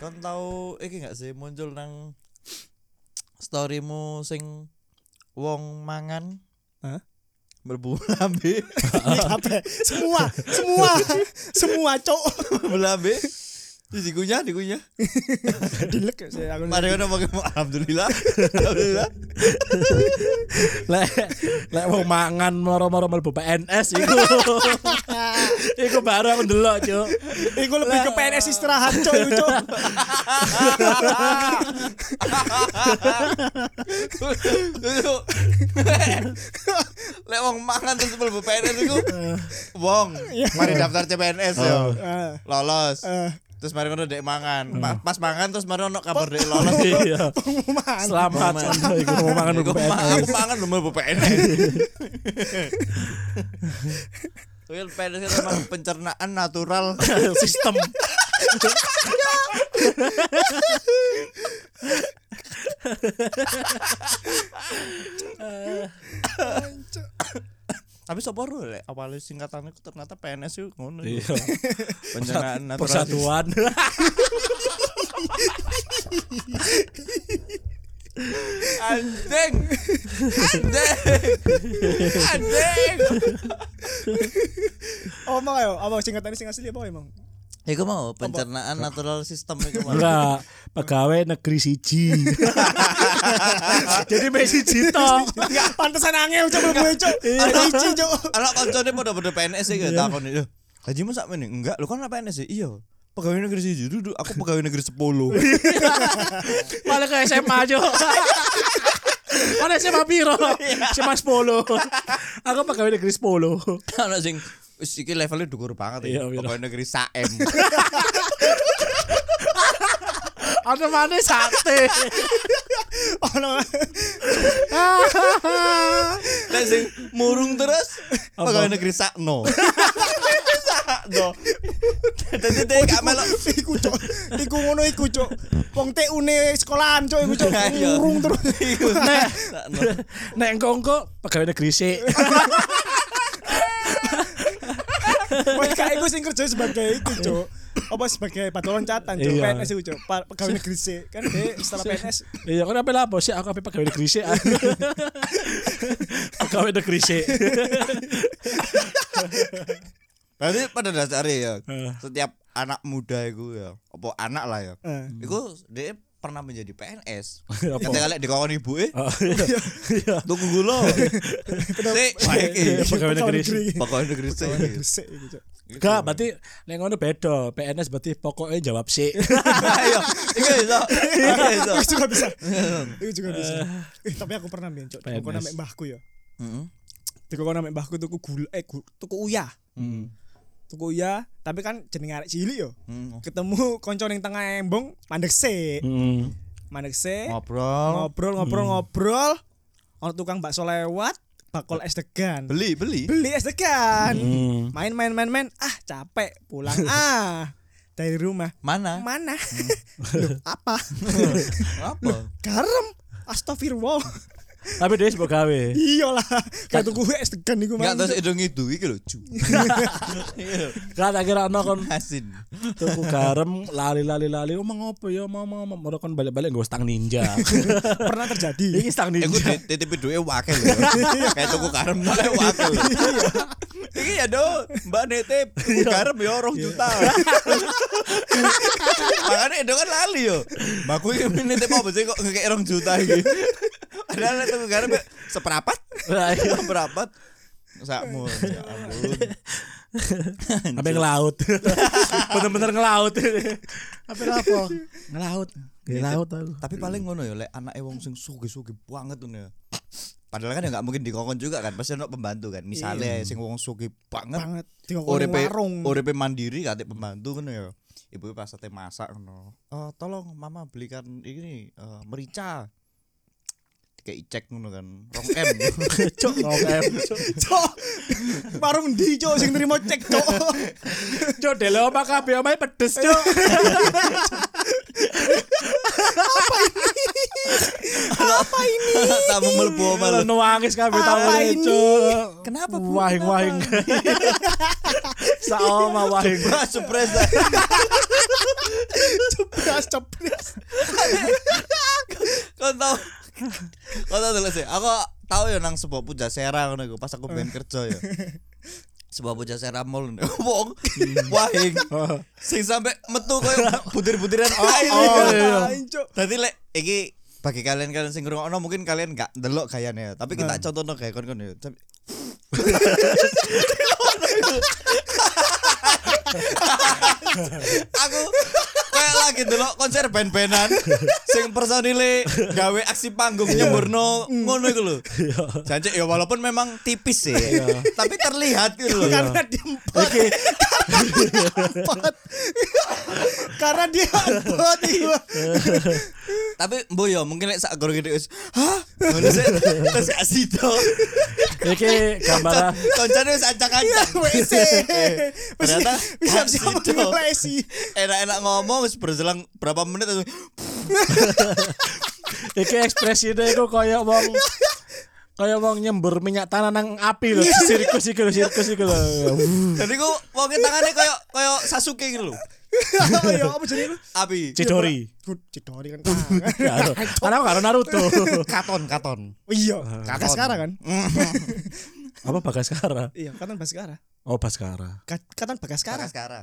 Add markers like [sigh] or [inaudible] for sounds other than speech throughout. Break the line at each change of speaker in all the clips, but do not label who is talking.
Kan iki gak sih muncul nang storymu sing wong mangan?
Hah?
[laughs] Berbulambe,
Ini kabeh. Semua, semua, semua cok.
berbulambe. Dikunyah, dikunyah.
Dilek ya, saya aku.
Mari ngono pakai mau alhamdulillah. Alhamdulillah.
lek lek wong mangan moro-moro mlebu PNS iku. iku baru aku ndelok, Cuk.
Iku lebih ke PNS istirahat cok, iku, cok.
Duduk. Lek wong mangan terus mlebu PNS iku. Wong, mari daftar CPNS yo.
Ah,
Lolos.
ah.
Terus mari ngono dek mangan. Ma- Pas mangan terus mari ono kabar dek lolos.
Iya.
Pengumuman.
Selamat Cuk. iku wong mangan mlebu
Iku ma-
PNS.
Aku mangan lho mlebu PNS. Wil PNS itu emang pencernaan natural.
[laughs] Sistem.
Tapi sopo ro lek awalnya singkatannya ku ternyata PNS itu ngono.
Iya. Nah,
Pencernaan natural.
Persatuan.
Anjing. Anjing. Anjing.
Oh, mau ayo, abang singkatannya sing asli apa emang?
Iku mau pencernaan natural system iku mau.
[laughs] Enggak, pegawai negeri siji. [laughs] Jadi Messi Cito.
Enggak, pantesan angel cok mlebu cok. Iji cok.
Ala kancane Iya. padha-padha PNS iki takon lho. Gajimu sak meneh? Enggak, lho kan ora PNS ya? Iya. Pegawai negeri siji duduk, aku pegawai negeri 10. [laughs] Iya,
Malah ke SMA [laughs] aja. Mana SMA piro? SMA 10. Aku pegawai negeri 10.
Ana sing wis iki levelnya dhuwur banget ya.
Iya, iya.
Pegawai negeri saem.
Ada mana sate?
Ono.
[laughs] Lah sing murung terus
Apa?
pegawai negeri [laughs] sakno. Sakno. Dadi dek gak melok
Iku
[laughs]
cok. Iku ngono iku cok. Wong TU ne sekolahan cok iku cok.
Iya.
Ngurung terus.
Nah.
Nek,
sakno.
nek engkongko pegawai negeri sik.
Mereka iku sing kerja sebagai itu cok. Apa sebagai batu loncatan cok.
Iya.
PNS iku cok. Pa- Pegawai negeri sih. Kan dia setelah PNS
Iya, kan apa lapo sih? Aku apa pegawai negeri [laughs] sik. pegawai negeri sik.
Berarti pada dasarnya ya,
Heeh.
setiap anak muda itu ya, apa anak lah ya,
Heeh.
itu dia pernah menjadi PNS.
Iya, Apa? [laughs]
Ketika lek dikawon ibu eh,
Oh, iya. Iya.
Ah, tunggu [laughs] gula. Sik, baik
Iya,
iki.
pegawai negeri sik.
Pokoknya negeri sik.
Pegawai negeri sih iku cok.
Enggak, berarti nek ngono beda. PNS berarti pokoknya jawab [laughs] sik.
[laughs] Ayo, iki iso. Iki iso.
Iku juga [laughs] bisa. Iku juga bisa. Eh, tapi aku pernah biyen cok.
PNS.
Dikokon mek mbahku ya.
Heeh.
Dikokon mek mbahku tuku gula eh gu- tuku uyah. Mm.
Hmm.
Tuku uyah, tapi kan jeneng arek cilik yo.
Hmm.
ketemu konco ning tengah embong mandek se
Hmm.
mandek se
Ngobrol.
Mm. ngobrol Mm. ngobrol ngobrol ono tukang bakso lewat bakul es degan
Beli, beli.
beli Mm. es degan
Hmm.
main main main main ah capek [laughs] pulang ah dari rumah
Mana?
mana Loh, apa
Apa?
[laughs] garam astagfirullah
Tapi dia sebagai gawe.
iyalah Iya kayak tuku es degan iku
Enggak
Mas.
terus hidung itu iki lho, cu.
Enggak tak kira ono kon
Asin.
tuku garam lali lali lali omong apa ya mau mau mau Moro kon balik-balik nggo stang ninja.
pernah terjadi
[laughs] Iki stang
Iku
ninja.
di- titip duwe wakil lho. Kayak tuku garam nang wakil. Iki ya do, Mbak nitip tuku garam ya 2 juta. Makane itu kan lali yo. Mbak kuwi nitip apa sih kok ngekek 2 juta iki. Padahal nek tuku garam ya seperapat.
Lah, iya.
Seperapat. Sakmu. Ya ampun.
Sampai ngelaut. [laughs] Bener-bener ngelaut. Apa apa? Ngelaut. Ngelaut aku.
Tapi paling ngono ya lek anake wong sing sugih-sugih banget ngono ya. Padahal kan ya nggak mungkin dikongkon juga kan, pasti ono pembantu kan. Misalnya sing wong sugih banget,
banget tinggal
uripe
warung
uripe mandiri kate pembantu ngono ya. Ibu pas sate masak ngono. Eh tolong mama belikan ini eh, merica. Kayak icek ngono kan. Rong M.
Cok
[laughs]
ngomem.
[laughs] cok warung di cok sing nerima cek cok
Cok dele oma kabeh omahe pedes, Cok.
Apa ini? Tamu mlebu
Malah
malah.
nuangis kabeh tahu
Apa ini?
Cok.
Kenapa Bu?
[laughs]
Wahing-wahing. Saoma wahing.
Surprise.
Blas ceplas.
Kau tau Kau tau dulu sih Aku tau ya nang sebuah puja sera ngono iku, Pas aku pengen kerja ya Sebuah puja sera mall ngono. Wong
Hmm.
Wahing Sing sampe metu
[laughs]
koyo butir-butiran air
oh, iya.
Ain, Cuk.
Dadi lek iki bagi kalian kalian sing ngrungokno mungkin kalian gak ndelok gayane ya. Tapi kita contohno gaya kon kon ya. Tapi- Aku kayak lagi ndelok konser band-bandan sing personile gawe aksi panggung nyemburno ngono iku lho. Jancik ya walaupun memang tipis sih, tapi terlihat gitu lho.
Karena dia empat. Empat. Karena dia empat. iya.
Tapi mbo yo mungkin lek sak goro gede wis, hah? Ngono sih. Terus gak sido.
Iki gambaran
Koncane wis acak-acak.
Iya,
[laughs]
WC.
Ternyata
bisa
gak
bisa
sido.
mengelesi.
enak-enak ngomong wis berselang berapa menit langsung
Iki ekspresine iku kaya wong kaya wong nyembur minyak tanah nang api lho sirkus iku lho sirkus iku lho.
jadi ku mau ke tangannya kayak kayak Sasuke gitu loh
Apa ya? Apa jadi lu?
api
Cidori.
Cidori kan.
[laughs] Ya, Karena anu. Kan karo Naruto.
katon katon
Iya.
Katon.
Baskara kan?
Apa Bagaskara?
Iya, katon Baskara.
Oh Baskara.
Ka- Katon Bagaskara.
Bagaskara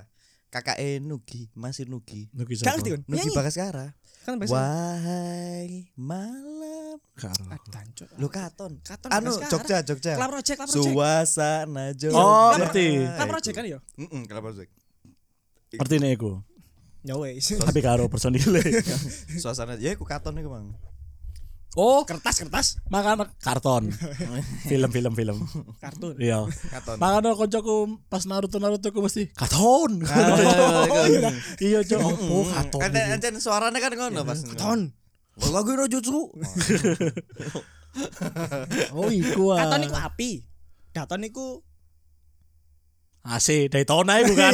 kakak eh Nugi masih Nugi
Nugi
Gak
sapa?
ngerti kan?
Nugi
Nyanyi.
Bagaskara
Katon Bagaskara.
wahai malam
Karo.
Ah, tancuk.
lu katon
Katon
anu
Bagaskara.
Jogja Jogja
Klub Project, Klub Project.
suasana Jogja
Oh, ngerti.
Klub Project kan ya?
Mm-mm, Klub Project
Ngerti nih iku.
Ya wes.
Tapi karo personile.
suasana ya aku katon nih bang
Oh,
Kertas kertas
makan karton. Film film film.
kartun.
Iya.
katon
Makanya koncoku pas Naruto Naruto ku mesti karton. Iya, Cok. Oh,
Hmm,
karton.
Kan ancen suaranya kan ngono pas.
Katon.
Lagu no jutsu.
Oh, iku. ah.
Katon iku api. Katon iku
AC Ah, Daytona iku [laughs] kan.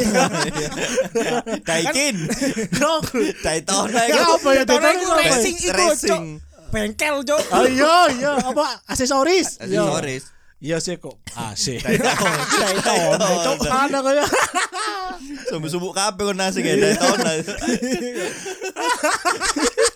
[laughs]
[laughs]
Daikin.
Dong.
Daytona
Ya,
iku.
apa ya Daytona iku apa?
racing iku, Cok.
Racing.
Bengkel, Cok.
Oh iya iya apa aksesoris?
[laughs]
Iya. [laughs]
Aksesoris.
Iya sih kok. AC.
Daytona.
Ada
[laughs]
ya. Iya, kaya.
Subuh-subuh kabeh kon nasi kayak
[laughs]
Daytona.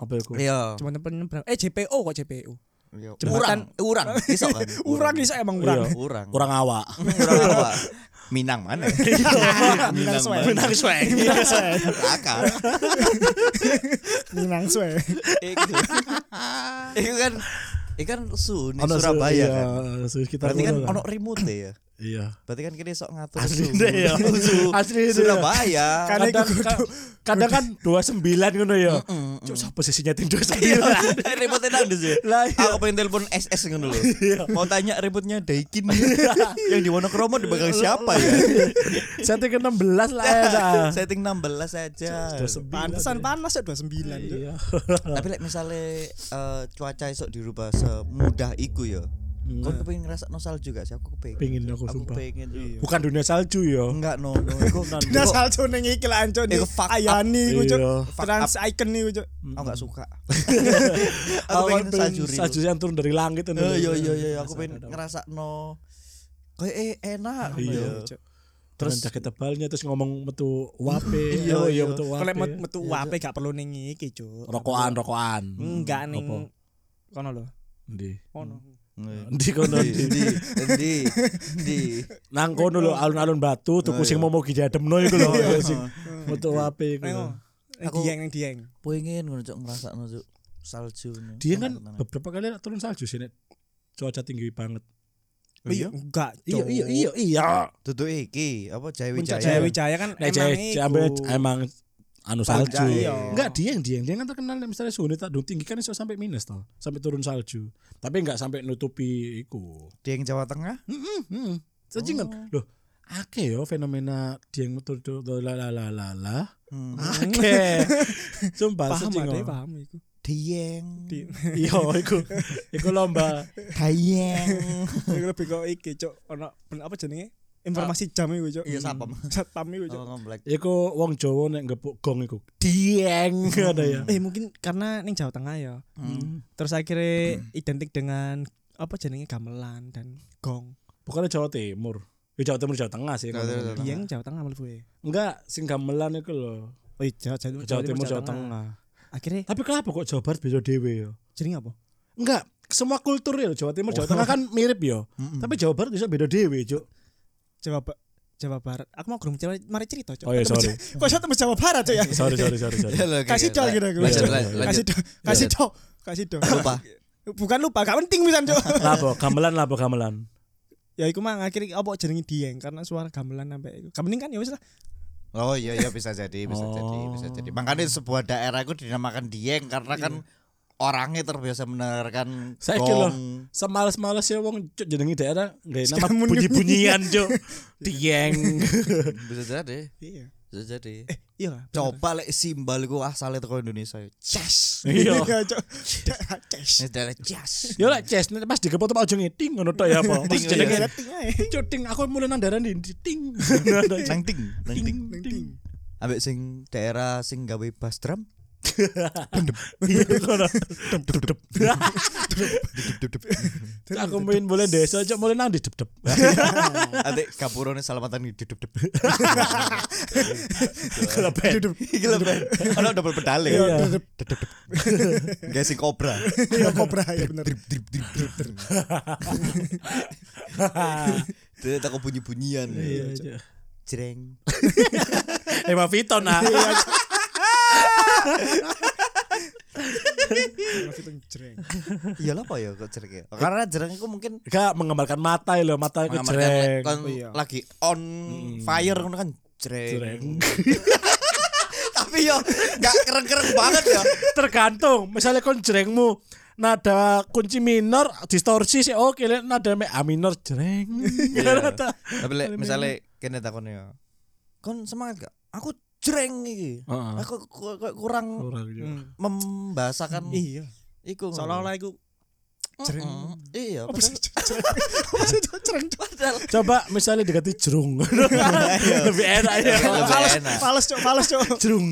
Apa iku?
iya
Jembatan penyeberang. Eh JPO kok JPU.
iya
Jembatan-
urang urang iso kan
[laughs] Urang iso emang
Iya.
urang.
urang
Kurang
[laughs]
awak.
Kurang apa? [laughs] Minang mana?
Minang swag.
Minang swag. Minang swag. Kakak.
Minang suwe.
Iku. Iku kan Iku kan sun
Ono su-
Surabaya
iya,
kan.
su- sekitar
Berarti kan ono
kono
remote ya.
Iya.
Berarti kan kita sok ngatur
Asli
suhu.
deh
[laughs]
ya.
Suhu.
Asli deh ya.
Surabaya.
Kan-
[laughs] Kadang
[laughs]
kadang kan 29 ngono ya. Cuk sapa sih
[laughs]
nyeting 29?
Eh, remote enak deh sih.
Iya. Lah, iya.
Aku pengen telepon SS ngono lho. Mau tanya remote-nya Daikin
[laughs]
yang di Wonokromo di bakal siapa ya?
Setting ke 16 lah ya. dah.
Setting 16 saja.
Pantesan panas ya 29. Cuk.
Iya. [laughs]
Tapi like, misalnya eh, cuaca esok dirubah semudah iku ya. Kau pengen ngerasa nostal juga sih aku pengen.
Pengen Hmm. aku, sumpah.
pengen. Iya.
Bukan dunia salju ya.
Enggak no no. Iku
Nah
iku-
salco neng iki lah anco nih
Iku fuck up.
Ayani iku Cuk.
Iya.
Fuck
Trans icon nih Cuk.
aku enggak
[laughs]
suka. aku pengen salju real.
salju yang turun dari langit itu.
Eh, Iya iya iya aku pengen ngerasa no. Kayak eh, enak. ngono
Iya.
ya.
Terus jaket tebalnya terus ngomong metu wape.
[laughs] Iya,
Oh,
iya.
iya metu
Kalau met-
wape.
metu wape gak perlu neng iki Cuk.
Rokokan rokokan.
Enggak
Hmm, apa?
neng kono lho.
Ndi.
Kono.
Ndi kono
Di
ndi.
di di di.
Nang kono lho alun-alun Batu
Nah,
tuku
iya.
sing momo diademno iku
[laughs]
lho. Iya, sing Metu wape iku. lho.
Ayo. Neng
Aku-
dieng neng dieng.
Pengen ngono cok ngerasa no cok salju. ngono.
Dia
Enak,
kan
enak.
beberapa kali turun salju sih Nek. cuaca tinggi banget.
Iya, enggak.
Iya iya iya iya.
Duduk iki apa Jaya
Puncak
Wijaya.
Jaya Wijaya kan
Nek
emang
Jaya-
iku.
Jaya- emang anu salju.
iya.
Enggak dieng dieng dieng kan terkenal nek misalnya suhu tak dulu tinggi kan iso sampai minus toh, sampai turun salju. Tapi enggak sampai nutupi iku.
Di yang Jawa Tengah. Oh.
Heeh. Sajingan. Loh, akeh yo fenomena dieng metu tu tu- la la la la la.
Hmm. Ah,
Akeh. Sumpah
[laughs] paham
secingo.
ada paham iku
Dieng.
Di- [laughs]
Iya iku. Iku lomba. [laughs]
Dieng.
iku lebih kok iki cok ono ben- apa jenenge informasi jam iku cok
Iya, sapam.
satpam iku cok
Oh, komplek.
Iku wong Jawa nek ngepuk gong iku. Dieng
Hmm.
ngono ya.
eh mungkin karena ning Jawa Tengah ya
Hmm.
terus akhirnya identik dengan apa jenenge gamelan dan gong
Bukannya Jawa Timur. Ya Jawa Timur Jawa Tengah sih.
Jawa Timur,
ngomongnya.
Jawa Tengah.
biyen Jawa Tengah mlebu e
Enggak, sing gamelan iku lho.
oh iya Jawa, Jawa,
Jawa Timur Jawa Tengah.
akhirnya
Tapi kenapa kok Jawa Barat beda dewe ya?
jenenge apa
Enggak, semua kultur ya Jawa Timur Jawa Tengah kan mirip ya. Tapi Jawa Barat bisa beda dewe, Cuk.
Jawa Ba- Jawa Barat aku mau kurang Jawa mari cerita cok
Oh iya, sorry.
[laughs] kok saya tembus Jawa Barat cok ya
[laughs] Sorry, sorry, sorry, sorry. [laughs]
Ya, oke,
kasih
oke.
dong kira gue
Lanjut,
Iya,
lanjut, lanjut.
kasih
iya.
dong kasih dong kasih dong
Lupa.
[laughs] bukan lupa gak penting bisa cok [laughs]
Lapo, gamelan lapo gamelan.
ya iku mah akhirnya apa jenenge dieng karena suara gamelan sampai iku gak penting kan ya wis lah
Oh iya iya bisa jadi bisa jadi bisa jadi. Makanya sebuah daerah itu dinamakan Dieng karena kan orangnya terbiasa mendengarkan
Saya kira
gong.
semales-males ya wong cuk jenengi daerah nggak nama
Sekarang menyebut-
[laughs] bunyi-bunyian cuk. Dieng.
Bisa jadi.
iya
Bisa jadi.
eh iya lah bener.
Coba lek simbal iku asalnya teko Indonesia. Jazz.
Iya.
[laughs] cok
Ini
Ces.
daerah jazz.
[laughs] Yo lek ces nek pas digepot apa ujung [laughs] ting ngono tok ya apa. Mas
Ting,
jenenge
iya.
Ting, ae.
cuk ting aku mulai nang daerah di di- [laughs] ting.
Nang ting, nang ting.
Ting, ting.
Ambek sing daerah sing gawe bass drum.
[laughs] Iya, ngono.
[laughs]
Cuk, Aku main boleh desa cuk mulai nang di dep [laughs] dep.
Ate kapurone selamatan iki dudup.
Keleben.
[laughs]
[laughs]
Iki lho, Ben. Ono double pedal
Iya,
ya.
drip,
Guys sing kobra.
iya kobra ya bener
Drip drip drip. drip. Ternyata kok bunyi-bunyian.
Ah, Iya, Cuk.
Jreng. [laughs]
Emma Viton ah.
Masih teng jreng.
Iya lah apa ya kok jreng ya? Karena jreng itu mungkin
Gak menggambarkan mata ya lho, mata itu jreng.
kan
Iya.
lagi on fire ngono kan jreng.
Jreng. [laughs]
[laughs] Tapi yo gak keren-keren banget ya.
Tergantung, misalnya kon jrengmu nada kunci minor distorsi sih oke lek nada me A minor jreng. [laughs] Ya,
Iya. Tapi lek misale kene takon ya. Kon semangat gak? Aku jreng iki.
Heeh.
Ah.
Aku ku- ku- kurang
Kurang gitu.
membahasakan
iya
iku.
seolah-olah iku jreng.
Mm-mm. Iya,
apa sih
padahal
jreng? Apa sih jreng?
padahal
Coba misalnya diganti jerung.
[laughs]
Lebih enak ya.
Iya, lebih
Fales,
enak.
fales cok, fales cok.
Jerung.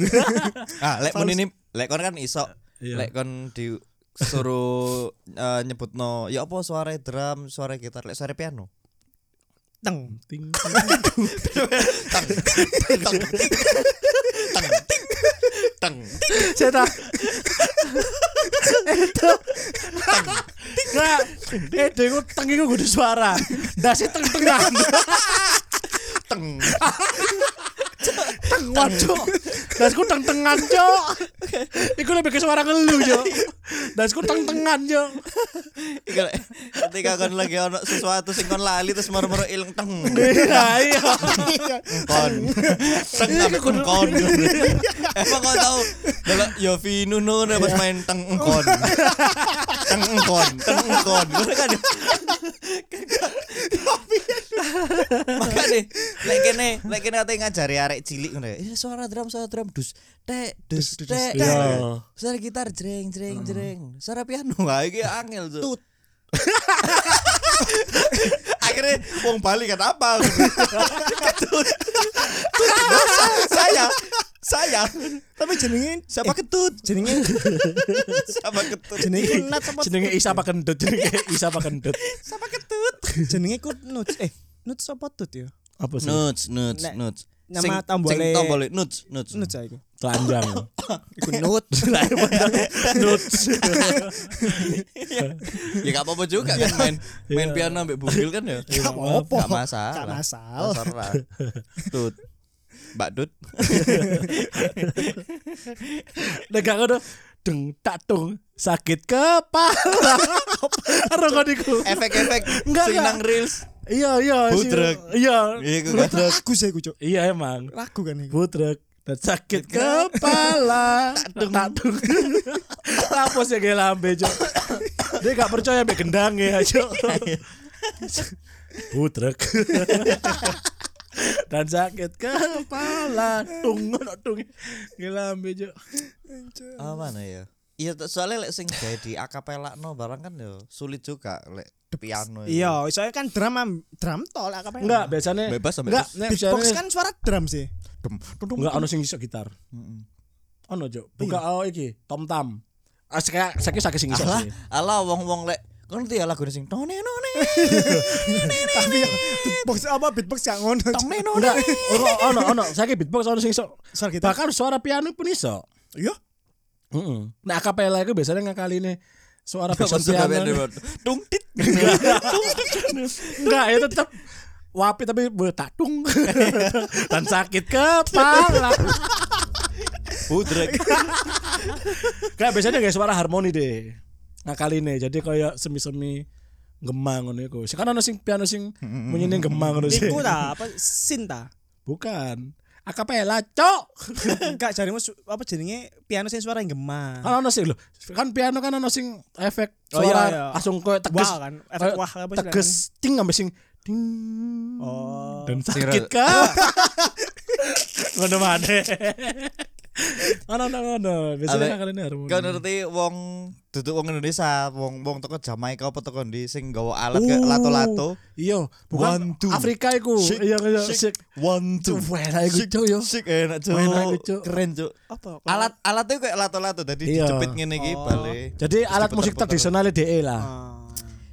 Ah, lek mun ini lek kon kan iso lek kon disuruh eh, nyebutno ya apa suara drum, suara gitar, lek suara piano.
[laughs] Teng.
Ting.
Teng. Teng. Teng. Teng. Teng.
Saya tak. Itu. [laughs] Enggak. Eh, dengu tengi gue kudu suara. Dasi teng
[laughs]
tengan.
Teng.
Teng waduh. Dasku teng tengan, Cok. Iku lebih ke suara ngelu, Cok.
Iya.
Dasku teng tengan,
[laughs]
Cok.
Iku lek ketika kon lagi ono sesuatu sing kon lali terus moro-moro ilang teng.
Iya, iya.
Kon. [laughs] Teng sampe kon. [laughs] Emang Iya, kau tahu kalau Yofi Nuno nih pas main teng [laughs] engkon, teng engkon, teng engkon, gue kan Maka deh, lek kene, lek kene ate ngajari arek cilik ngono ya. Eh, suara drum, suara drum dus, tek, dus, Hmm. tek, tek.
Iya.
Suara gitar jreng, jreng, jreng. Suara piano [laughs] wah iki angel tuh.
Tut.
[laughs] Akhirnya wong Bali kata [laughs] apa? Ketut. Tut. [laughs] Saya, saya.
Tapi jenenge
Siapa ketut?
[laughs] jenenge
Eh. Siapa ketut?
jenenge kunat apa?
Jenenge Isa apa kendut? Jenenge Isa apa kendut?
Siapa ketut?
Jenenge kunut. Eh, nut apa tut ya?
Apa sih?
Nuts, nuts,
Nek,
nuts.
nama
Sing-
tombole-
sing tombole nuts, nuts.
Nut ya iku.
Telanjang.
Iku
[laughs]
nut.
Nut.
ya gak apa-apa juga kan main main
Iya.
piano ambek bugil kan ya.
Iya, Gak apa-apa.
Gak masalah.
Gak masalah.
Terserah. Tut. Mbak Dut.
[laughs] Nek gak ngono deng tak dong sakit [laughs] kepala. Rongo niku.
Efek-efek
Enggak,
sing
enggak.
nang reels.
Iya iya. si-
Budrek.
Iya.
Iku kan.
Lagu sih iku cok.
Iya emang.
Lagu kan iku.
Budrek dan sakit kepala. Tak [laughs] dong. Lapos ya kayak lambe cok. Dia gak percaya mbak Iya, gendang ya cok. Budrek. dan sakit kepala tung ono tung ngelambe cuk
Ah mana ya? Iya t- soalnya lek sing jadi akapela no barang kan yo sulit juga lek piano. itu.
Iya, soalnya kan drama drum tol apa ya?
enggak biasanya
Bebas sampe
enggak
terus.
nek
Beatbox
biasanya
kan suara drum sih.
Dem, dum, dum.
enggak ono sing iso gitar
Mm-mm. Iya.
ono cuk buka oh iki tom tam ah kayak sakit sakit sing iso
Alah,
sih
alah wong-wong lek kan ngerti ya lagu sing tone none
Tapi ya, beatbox apa beatbox gak ngono.
tone none.
enggak ono ono ono sakit beatbox ono sing iso
Soal kita.
bahkan suara piano pun iso
Iya.
Heeh. Nah, akapela itu biasanya ngakaline suara
Kok
person
sudah
piano.
beda, Bro? Dung tit.
Enggak, itu tetap wapi tapi boleh tatung [laughs] dan sakit kepala.
[laughs] Budrek.
Kayak biasanya kayak suara harmoni deh. Ngakaline. Jadi kayak semi-semi gemang ngono iku. Sekarang ono sing piano sing bunyinya gemang ngono sih.
Iku ta apa [laughs] sinta?
Bukan. Akapela, cok. [laughs]
Enggak jarimu su- apa jenenge piano sing suara yang gemah.
Kan ono sing lho. Kan piano kan ono sing efek
Oh, iya, iya.
suara langsung koyo tegas.
Wah kan, efek wah apa sih?
Tegas ting sampai sing ding.
Oh.
dan
Sira-
sakit
[laughs]
kah? Ngono maneh. Ono ono ono.
Ale-
Biasanya kali ini harmoni.
Kau ngerti wong duduk wong Indonesia, wong wong toko Jamaika apa toko ndi sing gawa alat kayak
Uh.
lato-lato.
Iya,
One,
bukan
two.
Afrika iku.
Shake,
Iya iya
shake.
sik.
One two.
Wena iku cuk yo.
Sik enak cuk.
Enak iku, Cuk.
Keren cuk.
Apa?
Alat alatnya kayak lato-lato tadi
Iya.
dijepit ngene iki balik.
Jadi alat musik tradisional DE lah.
Ah.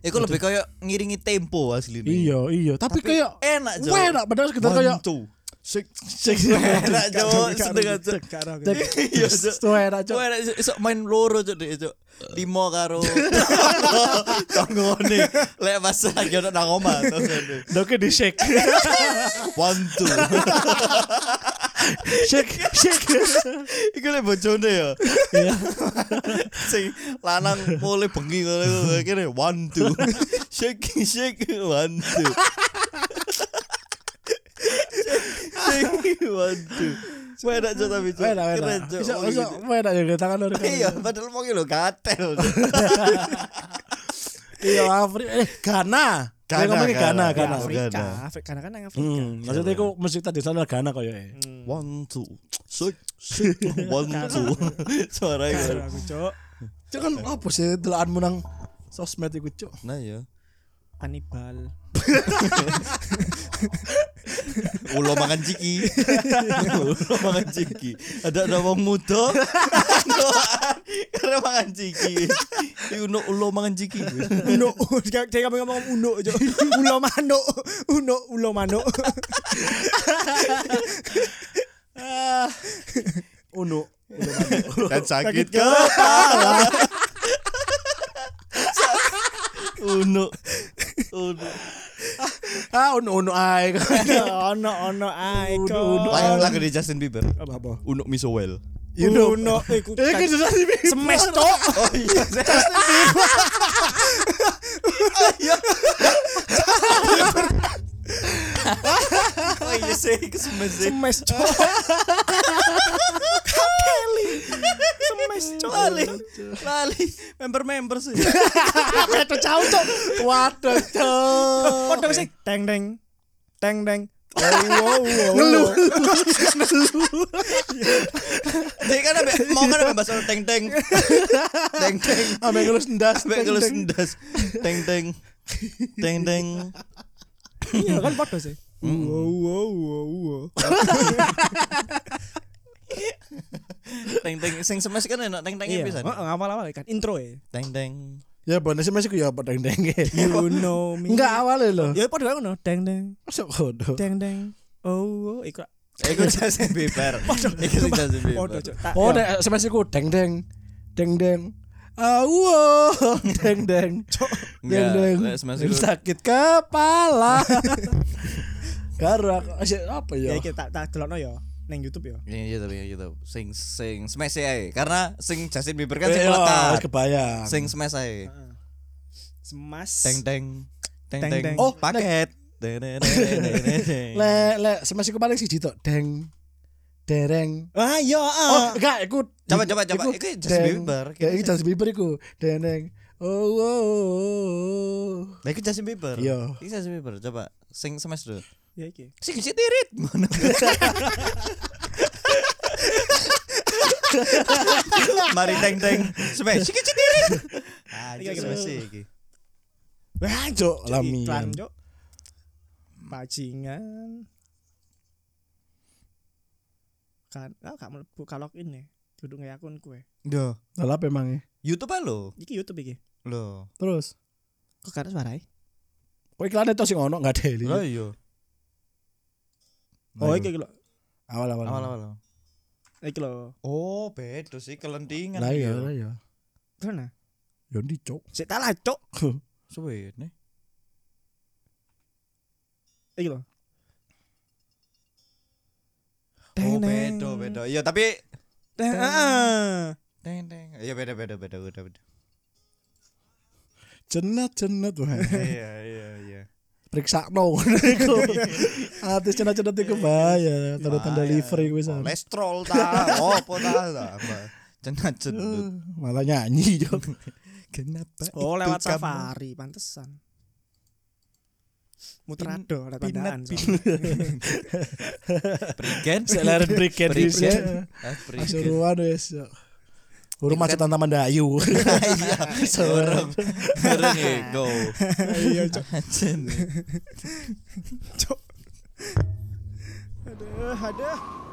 E.
Iku lebih kayak ngiringi tempo asline.
Iya iya, tapi kayak
enak, Cuk.
Enak padahal sekitar kayak
[laughs]
tuh.
sik sik.
Enak cuk, sedengah cuk.
Gak ada.
Iya cuk.
Enak
Cuk
cuk.
enak Cuk. Esok main loro cuk dek cuk. Limo karo
[laughs]
[laughs] tanggone. Lek pas lagi ono nang omah terus ono.
Doke di shake.
One two.
Shake shake. [laughs]
Iku lek bojone ya. 예. [laughs]
Iya.
Sing lanang mulai bengi ngono iku kene one two. Shake shake one two. Shake one two. Wah, enak cuk tapi cuk.
Enak enak.
Keren, Cuk.
Bisa
Wong
bisa
[laughs] gitu.
enak ya tangan orang.
Iya, padahal mau lo gatel.
Iya Afrika eh Ghana.
Ghana,
Ghana, Ghana, Ghana,
Ghana.
Ghana.
Afrika,
ada.
Afrika kan yang Afrika.
Hmm, maksudnya itu musik tradisional Ghana kok ya.
Mm. One two, shake, shake, one two. Suara itu.
Karo aku, Cuk.
Cuk kan apa sih telaanmu nang sosmed iku cuk.
Nah ya,
Kanibal.
ulo makan [laughs] ciki, ulo makan ciki. Ada ada wong muda, [laughs] karena makan ciki. Uno ulo makan ciki.
Uno, dia dia ngomong ngomong uno aja. Ulo mano, uno ulo mano.
Uno.
Dan sakit [laughs] kepala. Uno, uno.
Ah uno uno ae.
[laughs]
[laughs]
Ono ono ae
Uno,
kok.
uno.
Lagu lagu di Justin Bieber.
Apa apa.
Uno misowel.
Uno iku.
Eh kan sudah sih.
Smash tok.
Oh
[laughs]
iya, Justin Bieber. oh iya. oh iya sih, kesemes sih.
Smash tok. [laughs] Kapeli. Smash tok.
Lali, lali, member-member [laughs] sih.
Wedo cau tok.
Waduh cuk.
Podong sing teng teng. Teng teng.
Ngeluh.
[laughs] Dia kan ambek mau kan ambek soal teng teng, teng teng,
Ambek ngelus ndas.
ambek kalau sendas, teng teng, teng teng.
Iya kan podo sih. Wow wow wow wow.
Teng teng sing semes kan enak teng teng
Iya,
pisan.
heeh, awal-awal kan intro ya.
Teng teng.
Ya bonus masih ku ya padang denge.
You know me.
Enggak awalnya loh.
Ya podo ngono, deng deng.
Masuk kodo.
deng deng oh oh iku
Iku Justin Bieber.
[laughs]
Iku sing Justin Bieber.
podo cok tak
Oh, nek SMS ku deng deng deng deng. Awo, [laughs] deng deng. Deng deng.
Enggak, SMS ku-
sakit kepala. Karo aku asik, apa
ya
ya?
iki tak tak delokno ya ning YouTube ya
Iya iya tapi gitu. Sing sing smash ae karena sing Justin Bieber kan sing
Iya,
melekat.
kebayang.
Sing smash ae.
semas [laughs]
Teng teng teng
Teng,
teng.
teng.
Oh, paket. Teng, teng, teng, teng,
[laughs]
teng, teng.
Lek lek SMS ku paling siji tok deng dereng.
ah ya ah
Oh, enggak, iku
Coba coba coba.
iku
Iku Justin
deng.
Bieber.
Ya, iku Justin Bieber iku. Deng deng. Oh, oh, oh.
Lah iku Nah, Justin Bieber.
Iya.
Iki Justin Bieber coba sing smash dulu.
Ya iki.
Sing sing tirit. Ngono. Mari teng teng smash. Sing tirit. Ah, iki
Iki, iki.
smash iki.
Wah, cok, lami.
Iklan, Cuk. Pacingan. Kan, ah gak mlebu kalau ini. Duduk nggak akun kue.
Yo.
Lelap emang ya.
YouTube ae lho.
Iki YouTube iki.
Lho.
Terus,
Kok karena suarai?
kok iklannya tuh sing ono nggak ada ini.
Lho iya.
Oh iki iki lho.
Awal awal.
awal-awal.
Iki lho.
Oh, beda sih kelentingan.
Lah iya, lah iya.
Terus
Yo ndi [laughs] cok.
Sik tak lah, Cuk.
Suwe nih.
Iki lho.
Oh,
Teneng.
beda, beda. Iya, tapi
Teng- ah.
Teng teng. Iya beda beda beda beda beda.
Cenat cenat wah.
[laughs] Iya iya iya.
Periksa no. [laughs] Artis cenat cenat itu bahaya. Tanda tanda
Bahaya.
livery gue sana.
Kolesterol ta, opo ta, ta, apa. Cenat cendut.
[laughs] Malah nyanyi cok.
Kenapa?
Oh,
itu
lewat
kamu-
safari, pantesan. Muterado lewat
pinat,
pandaan.
pinat.
[laughs]
Prigen,
Selain Brigen
Prigen.
bisa.
Ah, Prigen.
Asuruan wes. cok. Urung macetan Taman Dayu. [laughs]
Iya, sorong. Sorong ya, go.
Iya, Cuk.
Cenut.
Cuk. Aduh, aduh.